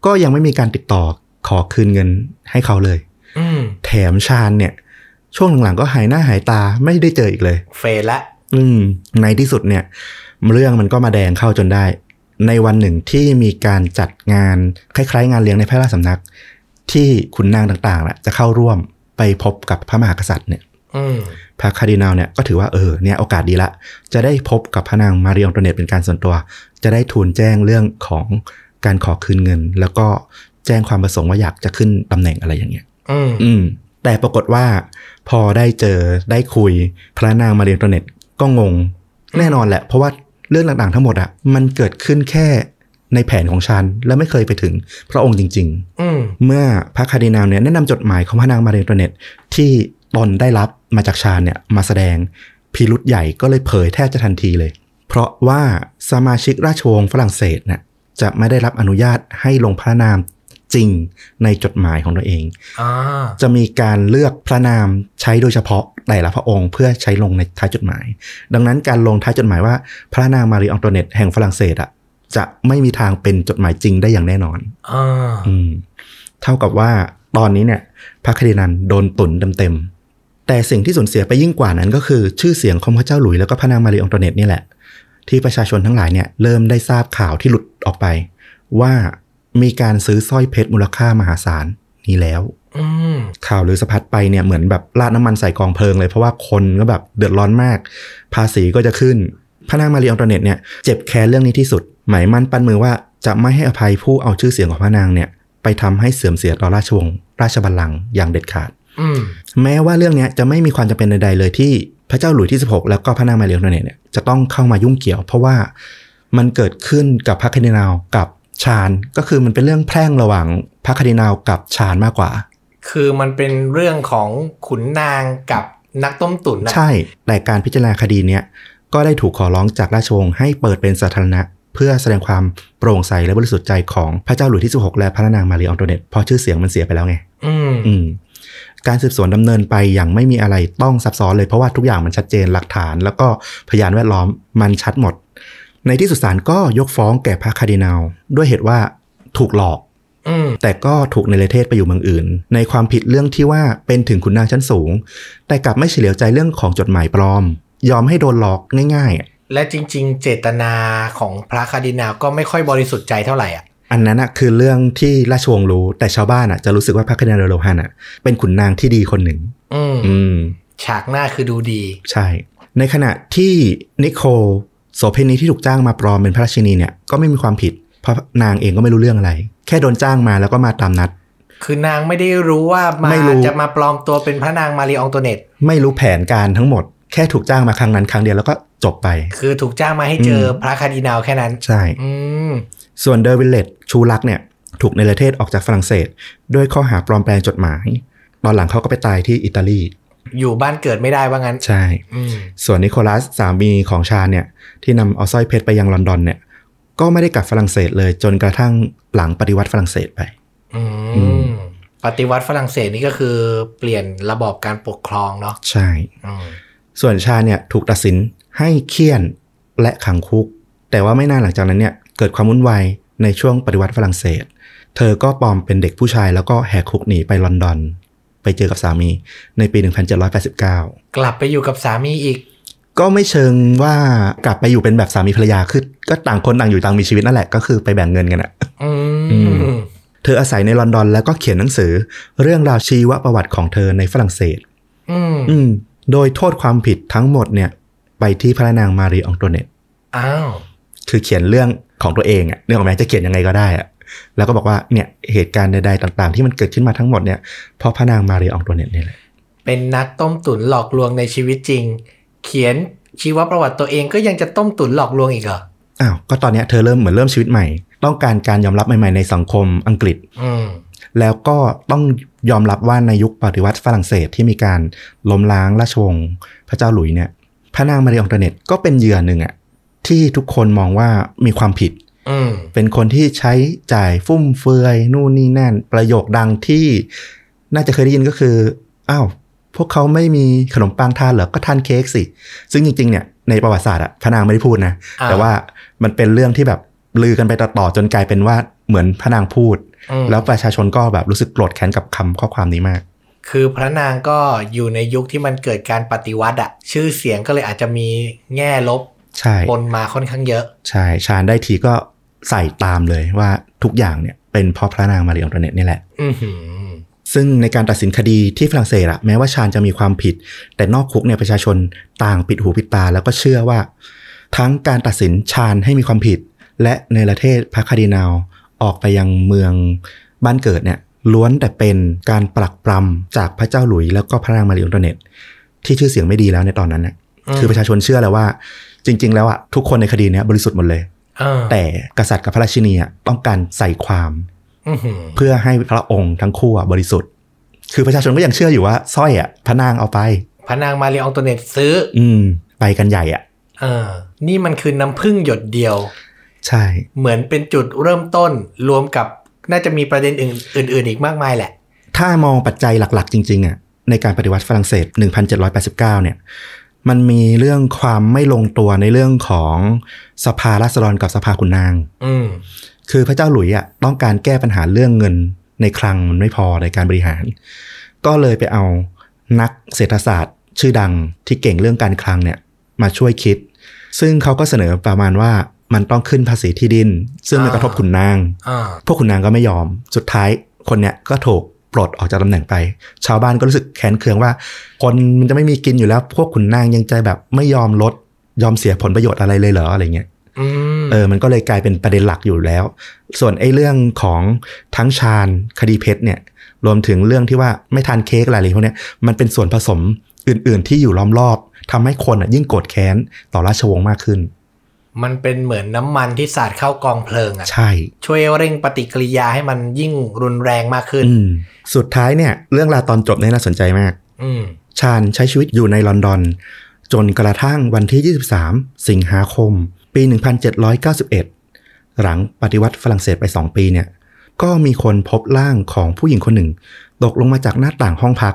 [SPEAKER 2] ก็ยังไม่มีการติดต่อขอคืนเงินให้เขาเลย
[SPEAKER 1] อืม
[SPEAKER 2] แถมชาญเนี่ย ช่วงหลังๆก็หายหน้าหายตาไม่ได้เจออีกเลย
[SPEAKER 1] เฟลละ
[SPEAKER 2] อืมในที่สุดเนี่ย เรื่องมันก็มาแดงเข้าจนได้ ในวันหนึ่งที่มีการจัดงานคล้ายๆ งานเลี้ยงในพระราชสำนัก ที่ขุนนางต่างๆแหละจะเข้าร่วมไปพบกับพระมหากษัตริย์เนี่ย
[SPEAKER 1] อืม
[SPEAKER 2] พระคาร์ดินาลเนี่ยก็ถือว่าเออเนี่ยโอกาสดีละ จะได้พบกับพระนางมารีอองโตเนตเป็นการส่วนตัว จะได้ทูลแจ้งเรื่องของการขอคืนเงิน แล้วก็แจ้งความประสงค์ว่าอยากจะขึ้นตำแหน่งอะไรอย่างเงี้ย
[SPEAKER 1] อืม
[SPEAKER 2] อืมแต่ปรากฏว่า พอได้เจอได้คุยพระนางมาเรียนตัวเน็ตก็งง แน่นอนแหละ เพราะว่าเรื่องต่างๆทั้งหมดอะมันเกิดขึ้นแค่ในแผนของชันและไม่เคยไปถึงพระองค์จริง
[SPEAKER 1] อืม
[SPEAKER 2] ๆ เมื่อพระคาร์ดินาลเนี่ยแนะนำจดหมายของพระนางมาเรียนตัวเน็ตที่ตนได้รับมาจากชานเนี่ยมาแสดงพิรุษใหญ่ก็เลยเผยแทบจะทันทีเลย เพราะว่าสมาชิกราชวงศ์ฝรั่งเศสน่ะจะไม่ได้รับอนุญาตให้ลงพระนามจ จริงในจดหมายของตัวเอง
[SPEAKER 1] อ่า
[SPEAKER 2] จะมีการเลือกพระนามใช้โดยเฉพาะแต่ละพระองค์เพื่อใช้ลงในท้ายจดหมาย ดังนั้นการลงท้ายจดหมายว่า พระนางมารีอองโตเนตแห่งฝรั่งเศสอะจะไม่มีทางเป็นจดหมายจริงได้อย่างแน่นอน
[SPEAKER 1] อ่า
[SPEAKER 2] อืมเท่ากับว่าตอนนี้เนี่ยพระคดินันโดนตุนเต็มๆแต่สิ่งที่สูญเสียไปยิ่งกว่านั้นก็คือ ชื่อเสียงของพระเจ้าหลุยส์แล้วก็พระนางมารีอองโตเนตนี่แหละ ที่ประชาชนทั้งหลายเนี่ยเริ่มได้ทราบข่าวที่หลุดออกไป ว่ามีการซื้อสร้อยเพชรมูลค่ามหาศาลนี้แล้ว
[SPEAKER 1] อืม
[SPEAKER 2] ข่าวหรือสะพัดไปเนี่ยเหมือนแบบราดน้ำมันใส่กองเพลิงเลย เพราะว่าคนก็แบบเดือดร้อนมาก ภาษีก็จะขึ้น พระนางมารีอองโตเนตเนี่ยเจ็บแค้นเรื่องนี้ที่สุด หมายมั่นปั้นมือว่าจะไม่ให้อภัยผู้เอาชื่อเสียงของพระนางเนี่ยไปทำให้เสื่อมเสียต่อราชวงศ์ราชบัลลังก์อย่างเด็ดขาด
[SPEAKER 1] อืม
[SPEAKER 2] แม้ว่าเรื่องเนี้ยจะไม่มีความจำเป็นใดๆเลยที่พระเจ้าหลุยส์ที่ 16 แล้วก็พระนางมารีอองโตเนตเนี่ยจะต้องเข้ามายุ่งเกี่ยว เพราะว่ามันเกิดขึ้นกับพระคาร์ดินาลกับชาญก็คือมันเป็นเรื่องแพร่งระหว่างพระคาร์ดินาลกับชาญมากกว่า
[SPEAKER 1] คือมันเป็นเรื่องของขุนนางกับนักต้มตุ๋นนะ
[SPEAKER 2] ใช่ แต่การพิจารณาคดีเนี้ยก็ได้ถูกขอร้องจากราชวงศ์ให้เปิดเป็นสาธารณะ เพื่อแสดงความโปร่งใสและบริสุทธิ์ใจของพระเจ้าหลุยส์ที่ 16 และพระนางมารีอองโตเนตเพราะชื่อเสียงมันเสียไปแล้วไง
[SPEAKER 1] อืม
[SPEAKER 2] อืม การสืบสวนดำเนินไปอย่างไม่มีอะไรต้องซับซ้อนเลยเพราะว่าทุกอย่างมันชัดเจนหลักฐาน แล้วก็พยานแวดล้อมมันชัดหมด ในที่สุดศาลก็ยกฟ้องแก่พระคาร์ดินาลด้วยเหตุว่าถูกหลอก
[SPEAKER 1] อืม
[SPEAKER 2] แต่ก็ถูกในประเทศไปอยู่เมืองอื่น ในความผิดเรื่องที่ว่าเป็นถึงขุนนางชั้นสูง แต่กลับไม่เฉลียวใจเรื่องของจดหมายปลอม ยอมให้โดนหลอกง่าย
[SPEAKER 1] และจริง ๆ เจตนาของพระคาร์ดินาลก็ไม่ค่อยบริสุทธิ์ใจเท่าไหร่อ่ะ
[SPEAKER 2] ๆ อันนั้นนะคือเรื่องที่ราชวงศ์รู้ แต่ชาวบ้านอ่ะจะรู้สึกว่าพระคเนโรโลฮันอ่ะเป็นขุนนางที่ดีคนหนึ่ง
[SPEAKER 1] อืม
[SPEAKER 2] อืม
[SPEAKER 1] ฉากหน้าคือดูดี
[SPEAKER 2] ใช่ ในขณะที่นิโคลโสเภณีที่ถูกจ้างมาปลอมเป็นพระราชินีเนี่ยก็ไม่มีความผิด เพราะนางเองก็ไม่รู้เรื่องอะไร แค่โดนจ้างมาแล้วก็มาตามนัด
[SPEAKER 1] คือนางไม่ได้รู้ว่ามา
[SPEAKER 2] ไม่รู้
[SPEAKER 1] จะมาปลอมตัวเป็นพระนางมารีอองโตเนต
[SPEAKER 2] ไม่รู้แผนการทั้งหมด แค่ถูกจ้างมาครั้งนั้นครั้งเดียวแล้วก็จบไป
[SPEAKER 1] คือถูกจ้างมาให้เจออ
[SPEAKER 2] ม
[SPEAKER 1] พระคาร์ดินาลแค่นั้น
[SPEAKER 2] ใช่
[SPEAKER 1] อืม
[SPEAKER 2] ส่วนเดอร์วิลเลตชูลักเนี่ยถูกในประเทศออกจากฝรั่งเศส ด้วยข้อหาปลอมแปลงจดหมาย ตอนหลังเขาก็ไปตายที่อิตาลี
[SPEAKER 1] อยู่บ้านเกิดไม่ได้ว่างั้น
[SPEAKER 2] ใช่
[SPEAKER 1] อืม
[SPEAKER 2] ส่วนนิโคลัสสามีของชาเนี่ย ที่นำเอาสร้อยเพชรไปยังลอนดอนเนี่ย ก็ไม่ได้กลับฝรั่งเศสเลยจนกระทั่งหลังปฏิวัติฝรั่งเศสไป
[SPEAKER 1] อื
[SPEAKER 2] อื
[SPEAKER 1] ม
[SPEAKER 2] ม
[SPEAKER 1] ปฏิวัติฝรั่งเศสนี่ก็คือเปลี่ยนระบอบการปกครองเนาะ
[SPEAKER 2] ใช่
[SPEAKER 1] อืม
[SPEAKER 2] ส่วนชาเนี่ยถูกตัดสินให้เคี่ยนและขังคุก แต่ว่าไม่นานหลังจากนั้นเนี่ยเกิดความวุ่นวายในช่วงปฏิวัติฝรั่งเศส เธอก็ปลอมเป็นเด็กผู้ชายแล้วก็แหกคุกหนีไปลอนดอน ไปเจอกับสามีในปี 1789
[SPEAKER 1] กลับไปอยู่กับสามีอีก
[SPEAKER 2] ก็ไม่เชิงว่ากลับไปอยู่เป็นแบบสามีภรรยาคือก็ต่างคนต่างอยู่ต่างมีชีวิตนั่นแหละก็คือไปแบ่งเงินกันอะ
[SPEAKER 1] อื
[SPEAKER 2] อื
[SPEAKER 1] ม
[SPEAKER 2] เธออาศัยในลอนดอนแล้วก็เขียนหนังสือ เรื่องราวชีวประวัติของเธอในฝรั่งเศส
[SPEAKER 1] อืม
[SPEAKER 2] อืม โดยโทษความผิดทั้งหมดเนี่ยไปที่พระนางมารีอองโตเนต
[SPEAKER 1] อ้าว
[SPEAKER 2] คือเขียนเรื่องของตัวเองอะเรื่องของแม้จะเขียนยังไงก็ได้อะแล้วก็บอกว่าเนี่ยเหตุการณ์ใดๆต่างๆ ที่มันเกิดขึ้นมาทั้งหมดเนี่ยเพราะพระนางมารีอองโตัวเนตนี่แหละ
[SPEAKER 1] เป็นนักต้มตุ๋นหลอกลวงในชีวิตจริง เขียนชีวประวัติตัวเองก็ยังจะต้มตุ๋นหลอกลวงอีกเหรอ
[SPEAKER 2] อ้าวก็ตอนเนี้ยเธอเริ่มเหมือนเริ่มชีวิตใหม่ ต้องการการยอมรับใหม่ๆในสังคมอังกฤษ
[SPEAKER 1] อืม
[SPEAKER 2] แล้วก็ต้องยอมรับว่าในยุคปฏิวัติฝรั่งเศสที่มีการล้มล้างราชวงศ์พระเจ้าหลุยเนี่ยพระนางมารีอองโตัวเนตก็เป็นเหยื่อหนึ่งอะที่ทุกคนมองว่ามีความผิด
[SPEAKER 1] อืม
[SPEAKER 2] เป็นคนที่ใช้จ่ายฟุ่มเฟือยนู่นนี่นั่น ประโยคดังที่น่าจะเคยได้ยินก็คืออ้าวพวกเขาไม่มีขนมปังทานเหรอก็ทานเค้กสิ ซึ่งจริงๆเนี่ยในประวัติศาสตร์อะพระนางไม่ได้พูดนะ
[SPEAKER 1] อ่า
[SPEAKER 2] แต่ว่ามันเป็นเรื่องที่แบบลือกันไปต่อๆจนกลายเป็นว่าเหมือนพระนางพูด
[SPEAKER 1] อืม
[SPEAKER 2] แล้วประชาชนก็แบบรู้สึกโกรธแค้นกับคำข้อความนี้มาก
[SPEAKER 1] คือพระนางก็อยู่ในยุคที่มันเกิดการปฏิวัติอะชื่อเสียงก็เลยอาจจะมีแง่ลบ
[SPEAKER 2] ใช่
[SPEAKER 1] ปนมาค่อนข้างเยอะ
[SPEAKER 2] ใช่ชาญได้ทีก็ใส่ตามเลยว่าทุกอย่างเนี่ยเป็นเพราะพระนางมารีอองโตเนตนี่แหละ
[SPEAKER 1] อือหือ
[SPEAKER 2] ซึ่งในการตัดสินคดีที่ฝรั่งเศสอะแม้ว่าชาญจะมีความผิด แต่นอกคุกเนี่ยประชาชนต่างปิดหูปิดตา แล้วก็เชื่อว่า ทั้งการตัดสินชาญให้มีความผิด และในประเทศพระคาร์ดินาลออกไปยังเมืองบ้านเกิดเนี่ยล้วนแต่เป็นการปรักปรำจากพระเจ้าหลุยส์แล้วก็พระนางมารีอองโตเนตที่ชื่อเสียงไม่ดีแล้วในตอนนั้นน่ะ
[SPEAKER 1] อืม
[SPEAKER 2] คือประชาชนเชื่อแล้วว่า จริง ๆ แล้วอะทุกคนในคดีเนี้ยบริสุทธิ์หมดเลย
[SPEAKER 1] เออ
[SPEAKER 2] แต่กษัตริย์กับพระราชินีอะต้องการใส่ความ
[SPEAKER 1] อือหือ
[SPEAKER 2] เพื่อให้พระองค์ทั้งคู่อะบริสุทธิ์ คือประชาชนก็ยังเชื่ออยู่ว่าสร้อยอ่ะพระนางเอาไป
[SPEAKER 1] พระนางมารีอองโตเนตซื้อ
[SPEAKER 2] อืม ไปกันใหญ่อ่ะ
[SPEAKER 1] เออ นี่มันคือน้ำพึ่งหยดเดียว
[SPEAKER 2] ใช่
[SPEAKER 1] เหมือนเป็นจุดเริ่มต้นรวมกับ น่าจะมีประเด็นอื่นอื่นๆอีกมากมายแหละ
[SPEAKER 2] ถ้ามองปัจจัยหลักๆ จริงๆอ่ะในการปฏิวัติฝรั่งเศส 1789 เนี่ย มันมีเรื่องความไม่ลงตัวในเรื่องของสภาราษฎรกับสภาขุนนาง
[SPEAKER 1] อืม
[SPEAKER 2] คือพระเจ้าหลุยส์อ่ะต้องการแก้ปัญหาเรื่องเงินในคลังมันไม่พอในการบริหาร ก็เลยไปเอานักเศรษฐศาสตร์ ชื่อดังที่เก่งเรื่องการคลังเนี่ยมาช่วยคิด ซึ่งเขาก็เสนอประมาณว่ามันต้องขึ้นภาษีที่ดิน ซึ่งมันกระทบขุนนาง
[SPEAKER 1] อ่า
[SPEAKER 2] พวกขุนนางก็ไม่ยอม สุดท้ายคนเนี่ยก็ถูกปลดออกจากตำแหน่งไป ชาวบ้านก็รู้สึกแค้นเคืองว่า คนมันจะไม่มีกินอยู่แล้ว พวกขุนนางยังใจแบบไม่ยอมลด ยอมเสียผลประโยชน์อะไรเลยเหรออะไรเงี้ย
[SPEAKER 1] อืม
[SPEAKER 2] เออ มันก็เลยกลายเป็นประเด็นหลักอยู่แล้ว ส่วนไอ้เรื่องของทั้งชาญคดีเพชรเนี่ย รวมถึงเรื่องที่ว่าไม่ทานเค้กอะไรพวกเนี้ย มันเป็นส่วนผสมอื่น ๆ ที่อยู่ล้อมรอบทำให้คนอ่ะยิ่งโกรธแค้นต่อราชวงศ์มากขึ้น
[SPEAKER 1] มันเป็นเหมือนน้ำมันที่สาดเข้ากองเพลิงอ่ะ
[SPEAKER 2] ใช่
[SPEAKER 1] ช่วยเร่งปฏิกิริยาให้มันยิ่งรุนแรงมากขึ้น
[SPEAKER 2] อืม สุดท้ายเนี่ย เรื่องราวตอนจบเนี่ยน่าสนใจมาก
[SPEAKER 1] อืม
[SPEAKER 2] ชาญใช้ชีวิตอยู่ในลอนดอน จนกระทั่งวันที่ 23 สิงหาคม ปี 1791 หลังปฏิวัติฝรั่งเศสไป 2 ปีเนี่ย ก็มีคนพบร่างของผู้หญิงคนหนึ่ง ตกลงมาจากหน้าต่างห้องพัก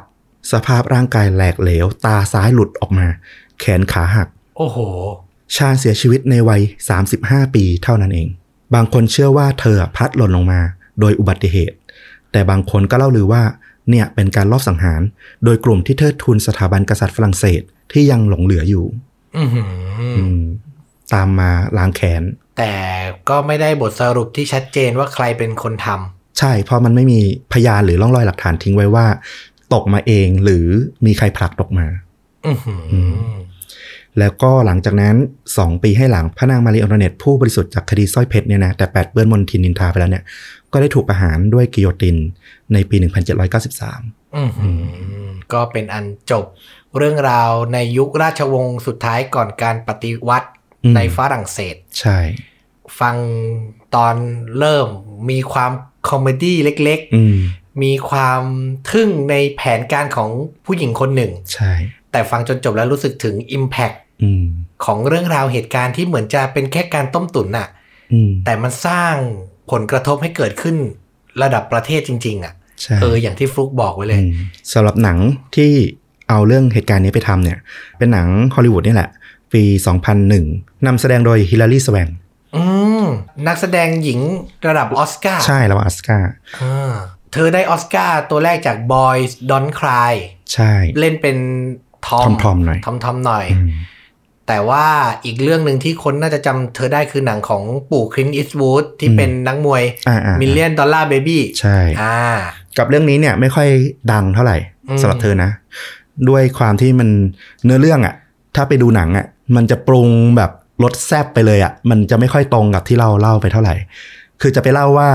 [SPEAKER 2] สภาพร่างกายแหลกเหลว ตาซ้ายหลุดออกมา แขนขาหัก
[SPEAKER 1] โอ้โห
[SPEAKER 2] ชาญเสียชีวิตในวัย 35 ปีเท่านั้นเอง บางคนเชื่อว่าเธอพลัดหล่นลงมา โดยอุบัติเหตุ แต่บางคนก็เล่าลือว่า เนี่ยเป็นการลอบสังหาร โดยกลุ่มที่เทิดทุนสถาบันกษัตริย์ฝรั่งเศสที่ยังหลงเหลืออยู่
[SPEAKER 1] อือหือ
[SPEAKER 2] อืม ตามมาล้างแค้น
[SPEAKER 1] แต่ก็ไม่ได้บทสรุปที่ชัดเจนว่าใครเป็นคนทำ
[SPEAKER 2] ใช่ เพราะมันไม่มีพยานหรือร่องรอยหลักฐานทิ้งไว้ว่า ตกมาเองหรือมีใครผลักตกมา
[SPEAKER 1] อือหืออ
[SPEAKER 2] ม แล้วก็หลังจากนั้น 2 ปีให้หลังพระนางมารีออนเนตผู้บริสุทธิ์จากคดีสร้อยเพชรเนี่ยนะแต่แปดเปื้อนมนทินนินทาไปแล้วเนี่ย ก็ได้ถูกประหารด้วยกิโยตินในปี 1793
[SPEAKER 1] อือหืออก็เป็นอันจบ เรื่องราวในยุคราชวงศ์สุดท้ายก่อนการปฏิวัติ
[SPEAKER 2] อืม
[SPEAKER 1] ในฝรั่งเศส
[SPEAKER 2] ใช่
[SPEAKER 1] ฟังตอนเริ่มมีความคอมเมดี้เล็ก
[SPEAKER 2] อืม
[SPEAKER 1] ๆ มีความทึ่งในแผนการของผู้หญิงคนหนึ่ง
[SPEAKER 2] ใช่
[SPEAKER 1] แต่ฟังจนจบแล้วรู้สึกถึง Impact
[SPEAKER 2] อืม
[SPEAKER 1] ของเรื่องราวเหตุการณ์ที่เหมือนจะเป็นแค่การต้มตุ๋นน่ะ
[SPEAKER 2] อืม
[SPEAKER 1] แต่มันสร้างผลกระทบให้เกิดขึ้นระดับประเทศจริง ๆ อ่ะ
[SPEAKER 2] ใช่
[SPEAKER 1] เออ อย่างที่ฟลุกบอกไว้เลย
[SPEAKER 2] มสำหรับหนังที่เอาเรื่องเหตุการณ์นี้ไปทำเนี่ย เป็นหนังฮอลลีวูดนี่แหละ ปี 2001นำแสดงโดยฮิลลารีสแวง
[SPEAKER 1] อืม นักแสดงหญิงระดับออสการ์
[SPEAKER 2] ใช่แล้วอัสกา
[SPEAKER 1] อ่าเธอได้ออสการ์ตัวแรกจาก Boys Don't Cry
[SPEAKER 2] ใช่
[SPEAKER 1] เล่นเป็นทอม
[SPEAKER 2] ทอมๆหน่อย
[SPEAKER 1] ทอมทอมๆหน่อย
[SPEAKER 2] อืม
[SPEAKER 1] แต่ว่าอีกเรื่องหนึ่งที่คนน่าจะจำเธอได้คือหนังของปู่คลินอิสวูดที่เป็นนักมวย
[SPEAKER 2] อ่าอ่า
[SPEAKER 1] มิลเลียนดอลลาร์เบบี้
[SPEAKER 2] ใช่
[SPEAKER 1] อ่า
[SPEAKER 2] กับเรื่องนี้เนี่ยไม่ค่อยดังเท่าไหร่
[SPEAKER 1] อืม
[SPEAKER 2] สำหรับเธอนะ ด้วยความที่มันเนื้อเรื่องอะถ้าไปดูหนังอะมันจะปรุงแบบรสแซบไปเลยอะมันจะไม่ค่อยตรงกับที่เราเล่าไปเท่าไหร่ คือจะไปเล่าว่า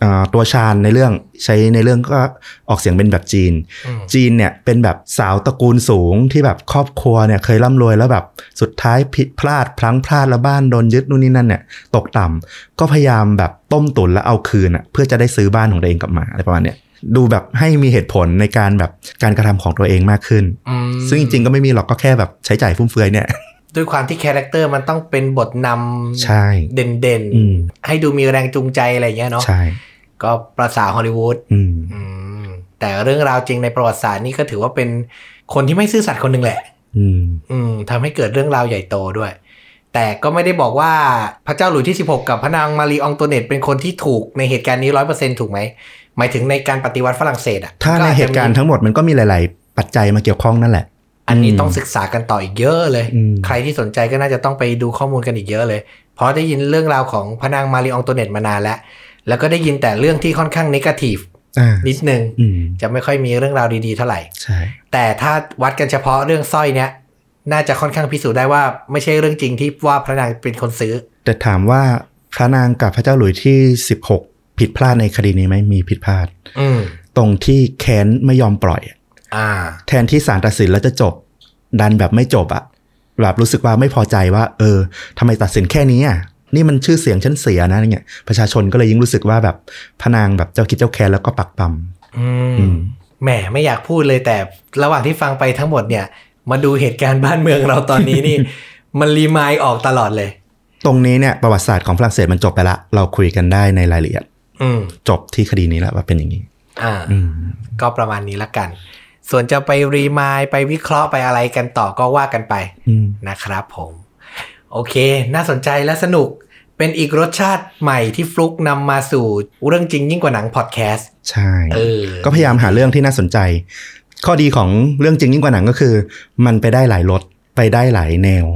[SPEAKER 2] เอ่อตัวชาญในเรื่องใช้ในเรื่องก็ออกเสียงเป็นแบบจีน
[SPEAKER 1] อืม
[SPEAKER 2] จีนเนี่ยเป็นแบบสาวตระกูลสูงที่แบบครอบครัวเนี่ยเคยร่ำรวยแล้วแบบสุดท้ายผิดพลาดพลั้งพลาดแล้วบ้านโดนยึดนู่นนี่นั่นเนี่ยตกต่ำก็พยายามแบบต้มตุนแล้วเอาคืนอ่ะเพื่อจะได้ซื้อบ้านของตัวเองกลับมาอะไรประมาณเนี้ยดูแบบให้มีเหตุผลในการแบบการกระทำของตัวเองมากขึ้น
[SPEAKER 1] อืม
[SPEAKER 2] ซึ่งจริงๆก็ไม่มีหรอกก็แค่แบบใช้จ่ายฟุ่มเฟือยเนี่ย
[SPEAKER 1] ด้วยความที่คาแรคเตอร์มันต้องเป็นบทนำ
[SPEAKER 2] ใช่
[SPEAKER 1] เด่น
[SPEAKER 2] อืม
[SPEAKER 1] ๆ ให้ดูมีแรงจูงใจอะไรอย่างเงี้ยเนาะ
[SPEAKER 2] ใช่
[SPEAKER 1] ก็ประสาฮอลลีวูด
[SPEAKER 2] อืม
[SPEAKER 1] อืมแต่เรื่องราวจริงในประวัติศาสตร์นี่ก็ถือว่าเป็นคนที่ไม่ซื่อสัตย์คนหนึ่งแหละ
[SPEAKER 2] อืม
[SPEAKER 1] อืมทำให้เกิดเรื่องราวใหญ่โตด้วย แต่ก็ไม่ได้บอกว่าพระเจ้าหลุยส์ที่ 16 กับพระนางมารีอองตัวเนตเป็นคนที่ถูกในเหตุการณ์นี้ร้อยเปอร์เซ็นถูกไหม หมายถึงในการปฏิวัติฝรั่งเศสอ่ะ
[SPEAKER 2] ถ้าในเหตุการณ์
[SPEAKER 1] อจจะมี
[SPEAKER 2] ทั้งหมดมันก็มีหลาย ๆ ปัจจัยมาเกี่ยวข้องนั่นแหละ
[SPEAKER 1] อันนี้ต้องศึกษากันต่ออีกเยอะเลย
[SPEAKER 2] อืม
[SPEAKER 1] ใครที่สนใจก็น่าจะต้องไปดูข้อมูลกันอีกเยอะเลย เพราะได้ยินเรื่องราวของพระนางมารีอองตัวเนตมานานแล้ว แล้วก็ได้ยินแต่เรื่องที่ค่อนข้างนกาทีฟ
[SPEAKER 2] อ่า
[SPEAKER 1] นิดนึง
[SPEAKER 2] อืม
[SPEAKER 1] จะไม่ค่อยมีเรื่องราวดีๆเท่าไหร่
[SPEAKER 2] ใช่
[SPEAKER 1] แต่ถ้าวัดกันเฉพาะเรื่องสร้อยเนี้ยน่าจะค่อนข้างพิสูจน์ได้ว่าไม่ใช่เรื่องจริงที่ว่าพระนางเป็นคนซื้อ
[SPEAKER 2] แต่ถามว่าพระนางกับพระเจ้าหลุยส์ที่ 16 ผิดพลาดในคดีนี้ไหมมีผิดพลาด
[SPEAKER 1] อืม
[SPEAKER 2] ตรงที่แค้นไม่ยอมปล่อย
[SPEAKER 1] อ่า
[SPEAKER 2] แทนที่ศาลตัดสินแล้วจะจบ ดันแบบไม่จบอะแบบรู้สึกว่าไม่พอใจว่า เออทำไมตัดสินแค่นี้อะนี่มันชื่อเสียงฉันเสียนะอะไรเงี้ยประชาชนก็เลยยิ่งรู้สึกว่าแบบพระนางแบบเจ้าคิดเจ้าแค้นแล้วก็ปักปั๊ม
[SPEAKER 1] อื
[SPEAKER 2] อื
[SPEAKER 1] ม
[SPEAKER 2] ม
[SPEAKER 1] แหมไม่อยากพูดเลยแต่ระหว่างที่ฟังไปทั้งหมดเนี่ย มาดูเหตุการณ์บ้านเมืองเราตอนนี้ นี่ มันรีมายด์ออกตลอดเลย
[SPEAKER 2] ตรงนี้เนี่ยประวัติศาสตร์ของฝรั่งเศสมันจบไปละ เราคุยกันได้ในรายละเอียด
[SPEAKER 1] อืม
[SPEAKER 2] จบที่คดีนี้แล้วว่าเป็นอย่างนี้
[SPEAKER 1] อ่า
[SPEAKER 2] อืม
[SPEAKER 1] ก็ประมาณนี้ละกัน ส่วนจะไปรีมายไปวิเคราะห์ไปอะไรกันต่อก็ว่ากันไป
[SPEAKER 2] อืม
[SPEAKER 1] นะครับผม โอเค น่าสนใจและสนุกเป็นอีกรสชาติใหม่ที่ฟลุกนำมาสู่เรื่องจริงยิ่งกว่าหนังพอดแคสต์
[SPEAKER 2] ใช่
[SPEAKER 1] เออ
[SPEAKER 2] ก็พยายามหาเรื่องที่น่าสนใจ ข้อดีของเรื่องจริงยิ่งกว่าหนังก็คือ มันไปได้หลายรสไปได้หลายแนว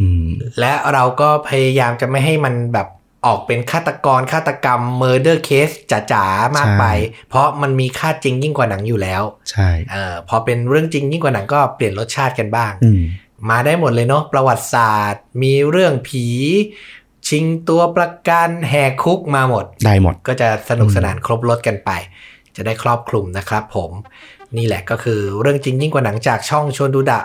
[SPEAKER 2] อืม
[SPEAKER 1] และเราก็พยายามจะไม่ให้มันแบบออกเป็นฆาตกรฆาตกรรมเมอร์เดอร์เคสจ๋าๆ มากไป เพราะมันมีค่าจริงยิ่งกว่าหนังอยู่แล้ว
[SPEAKER 2] ใช่
[SPEAKER 1] เออพอเป็นเรื่องจริงยิ่งกว่าหนังก็เปลี่ยนรสชาติกันบ้าง
[SPEAKER 2] อืม
[SPEAKER 1] มาได้หมดเลยเนาะประวัติศาสตร์ มีเรื่องผี ชิงตัวประกันแหกคุกมาหมด
[SPEAKER 2] ได้หมด
[SPEAKER 1] ก็จะสนุกสนานครบรถกันไป จะได้ครอบคลุมนะครับผม นี่แหละก็คือเรื่องจริงยิ่งกว่าหนังจากช่องชวนดูดะ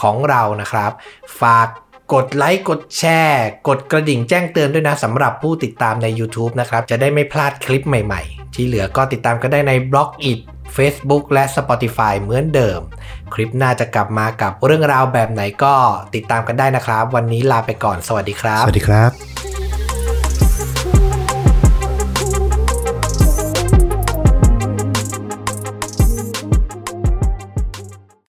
[SPEAKER 1] ของเรานะครับ ฝากกดไลค์กดแชร์ กดกระดิ่งแจ้งเตือนด้วยนะสำหรับผู้ติดตามใน YouTube นะครับ จะได้ไม่พลาดคลิปใหม่ๆ ที่เหลือก็ติดตามกันได้ใน b l o g i t Facebook และ Spotify เหมือนเดิม คลิปหน้าจะกลับมากับเรื่องราวแบบไหนก็ติดตามกันได้นะครับ วันนี้ลาไปก่อนสวัสดีครับ
[SPEAKER 2] สวัสดีครับ
[SPEAKER 3] Thank